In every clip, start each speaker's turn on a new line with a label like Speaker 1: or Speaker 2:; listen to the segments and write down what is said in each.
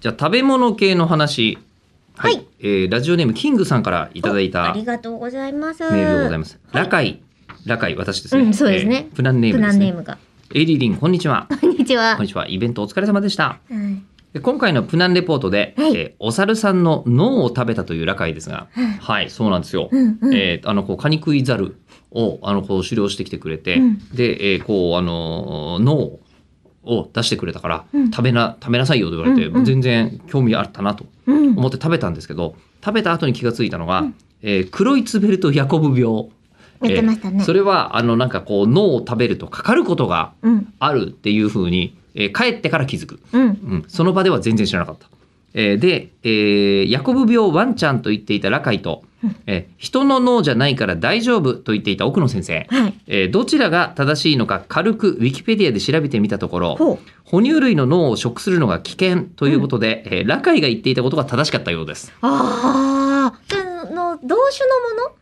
Speaker 1: じゃあ食べ物系の話。
Speaker 2: はい。
Speaker 1: えーラジオネームキングさんからいただいた
Speaker 2: ありがとうございます。。
Speaker 1: メールでございますす。ラカイ、ラカイ、私ですね。
Speaker 2: うんそうですね
Speaker 1: えープランネー
Speaker 2: プ
Speaker 1: ムで
Speaker 2: ラ
Speaker 1: す
Speaker 2: ンネー
Speaker 1: ね。
Speaker 2: ムが。
Speaker 1: エリリン、こんにちは。
Speaker 2: こんにちは。
Speaker 1: こんにちは。イベントお疲れ様でした。
Speaker 2: はい
Speaker 1: で今回のプナンレポートで、
Speaker 2: はい
Speaker 1: えーお猿さんの脳を食べたというラカイですが、
Speaker 2: うん
Speaker 1: はい、そうなんですよ。
Speaker 2: うんうん
Speaker 1: えーあのこうカニクイザルをあのこう狩猟してきてくれて、
Speaker 2: うん
Speaker 1: で、えーこうあのー脳を出してくれたから、
Speaker 2: うん
Speaker 1: 食べな食べなさいよと言われて、
Speaker 2: うんうん
Speaker 1: 全然興味あったなと
Speaker 2: うん。
Speaker 1: 思って食べたんですけど、食べた後に気がついたのが、えー黒いツベルトヤコブ病。
Speaker 2: 言ってましたね
Speaker 1: それはあのなんかこう脳を食べるとかかることが
Speaker 2: うん。
Speaker 1: あるっていうふうに、えー帰ってから気づく。
Speaker 2: うん。
Speaker 1: うん、その場では全然知らなかった。えーで、えーヤコブ病ワンちゃんと言っていたラカイと、えー人の脳じゃないから大丈夫と言っていた奥野先生、
Speaker 2: はい。
Speaker 1: えーどちらが正しいのか軽くウィキペディアで調べてみたところ、
Speaker 2: ほう。
Speaker 1: 哺乳類の脳を食するのが危険ということで、えーラカイが言っていたことが正しかったようです。
Speaker 2: ああ。その、同種のもの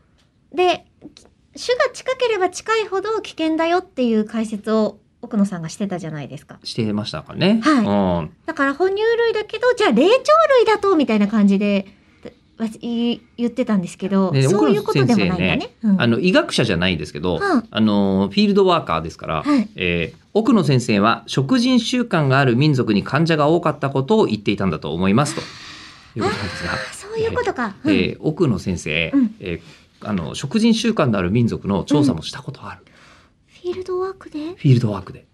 Speaker 2: で、き種が近ければ近いほど危険だよっていう解説を奥野さんがしてたじゃないですか。
Speaker 1: してましたかね。
Speaker 2: は
Speaker 1: うん
Speaker 2: だから哺乳類だけど、じゃあ霊長類だと、みたいな感じで、わ言言ってたんですけど、
Speaker 1: ね
Speaker 2: そういうことでもないんだね。うん
Speaker 1: あの医学者じゃないですけど、
Speaker 2: うん
Speaker 1: あのフィールドワーカーですから、
Speaker 2: はい
Speaker 1: えー奥野先生は食人習慣がある民族に患者が多かったことを言っていたんだと思いますということなんですが、
Speaker 2: あそういうことか。
Speaker 1: え
Speaker 2: うん
Speaker 1: ー奥野先生、
Speaker 2: うん
Speaker 1: えーあの食人習慣のある民族の調査もしたことある、
Speaker 2: フィールドワークで
Speaker 1: フィールドワークで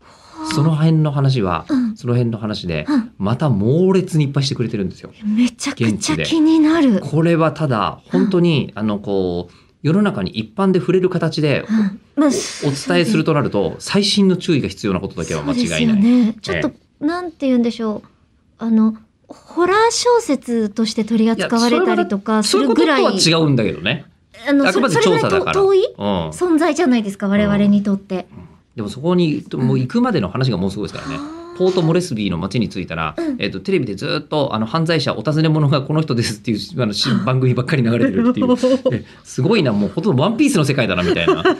Speaker 1: その辺の話は、
Speaker 2: うん
Speaker 1: その辺の話で、
Speaker 2: うん
Speaker 1: また猛烈にいっぱいしてくれてるんですよ。
Speaker 2: めちゃく
Speaker 1: 現地
Speaker 2: ちゃ
Speaker 1: で
Speaker 2: 気になる。
Speaker 1: これはただ本当に、あのこう世の中に一般で触れる形で
Speaker 2: うんまあ、お
Speaker 1: お伝えするとなると最新の注意が必要なことだけは間違いない。
Speaker 2: ね、ちょっと、なんて言うんでしょう。あの、ホラー小説として取り扱われたりとかす
Speaker 1: そういう
Speaker 2: る
Speaker 1: こと
Speaker 2: ぐ
Speaker 1: と
Speaker 2: らい、
Speaker 1: は違うんだけどね。
Speaker 2: あの
Speaker 1: あく
Speaker 2: そ
Speaker 1: ま
Speaker 2: れ
Speaker 1: で
Speaker 2: それぐ
Speaker 1: 調
Speaker 2: らい
Speaker 1: 査だから。
Speaker 2: と遠い
Speaker 1: うん。
Speaker 2: 存在じゃないですか、我々にとって。
Speaker 1: でもそこにもう行くまでの話がもうすごいですからね。
Speaker 2: あー
Speaker 1: ポートモレスビーの街に着いたら、
Speaker 2: うん
Speaker 1: えっとテレビでずっとあの犯罪者お尋ね者がこの人ですっていうあのし番組ばっかり流れてるって いうえすごいなもうほとんどワンピースの世界だなみたいな
Speaker 2: 確か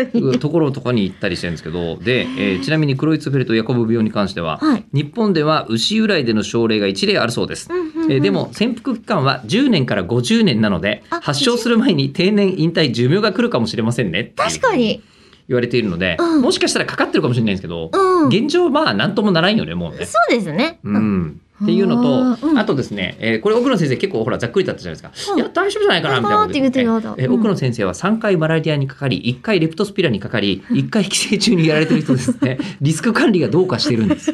Speaker 1: え
Speaker 2: に。
Speaker 1: ところとかに行ったりしてるんですけどで、えーちなみにクロイツフェルトヤコブ病に関しては、
Speaker 2: はい。
Speaker 1: 日本では牛由来での症例が1例あるそうです。
Speaker 2: うんうんうん
Speaker 1: えーで、も潜伏期間は10年から50年なので
Speaker 2: あ
Speaker 1: 発症する前に定年引退寿命が来るかもしれませんねっていう
Speaker 2: 確かに。
Speaker 1: 言われているので、
Speaker 2: うん
Speaker 1: もしかしたらかかってるかもしれないんですけど、
Speaker 2: うん。
Speaker 1: 現状まあ何ともならんよねもうね。
Speaker 2: そうですね。
Speaker 1: う。ん、っていうのと、
Speaker 2: うん
Speaker 1: あとですね、えーこれ奥野先生結構ほらざっくりだったじゃないですか、
Speaker 2: うん
Speaker 1: いや大丈夫じゃないかなみたいなこと言って
Speaker 2: 大丈夫って言うと
Speaker 1: え
Speaker 2: やだ
Speaker 1: ー奥野先生は3回マラリアにかかり1回レプトスピラにかかり1回寄生虫にやられてる人ですねリスク管理がどうかしてるんです。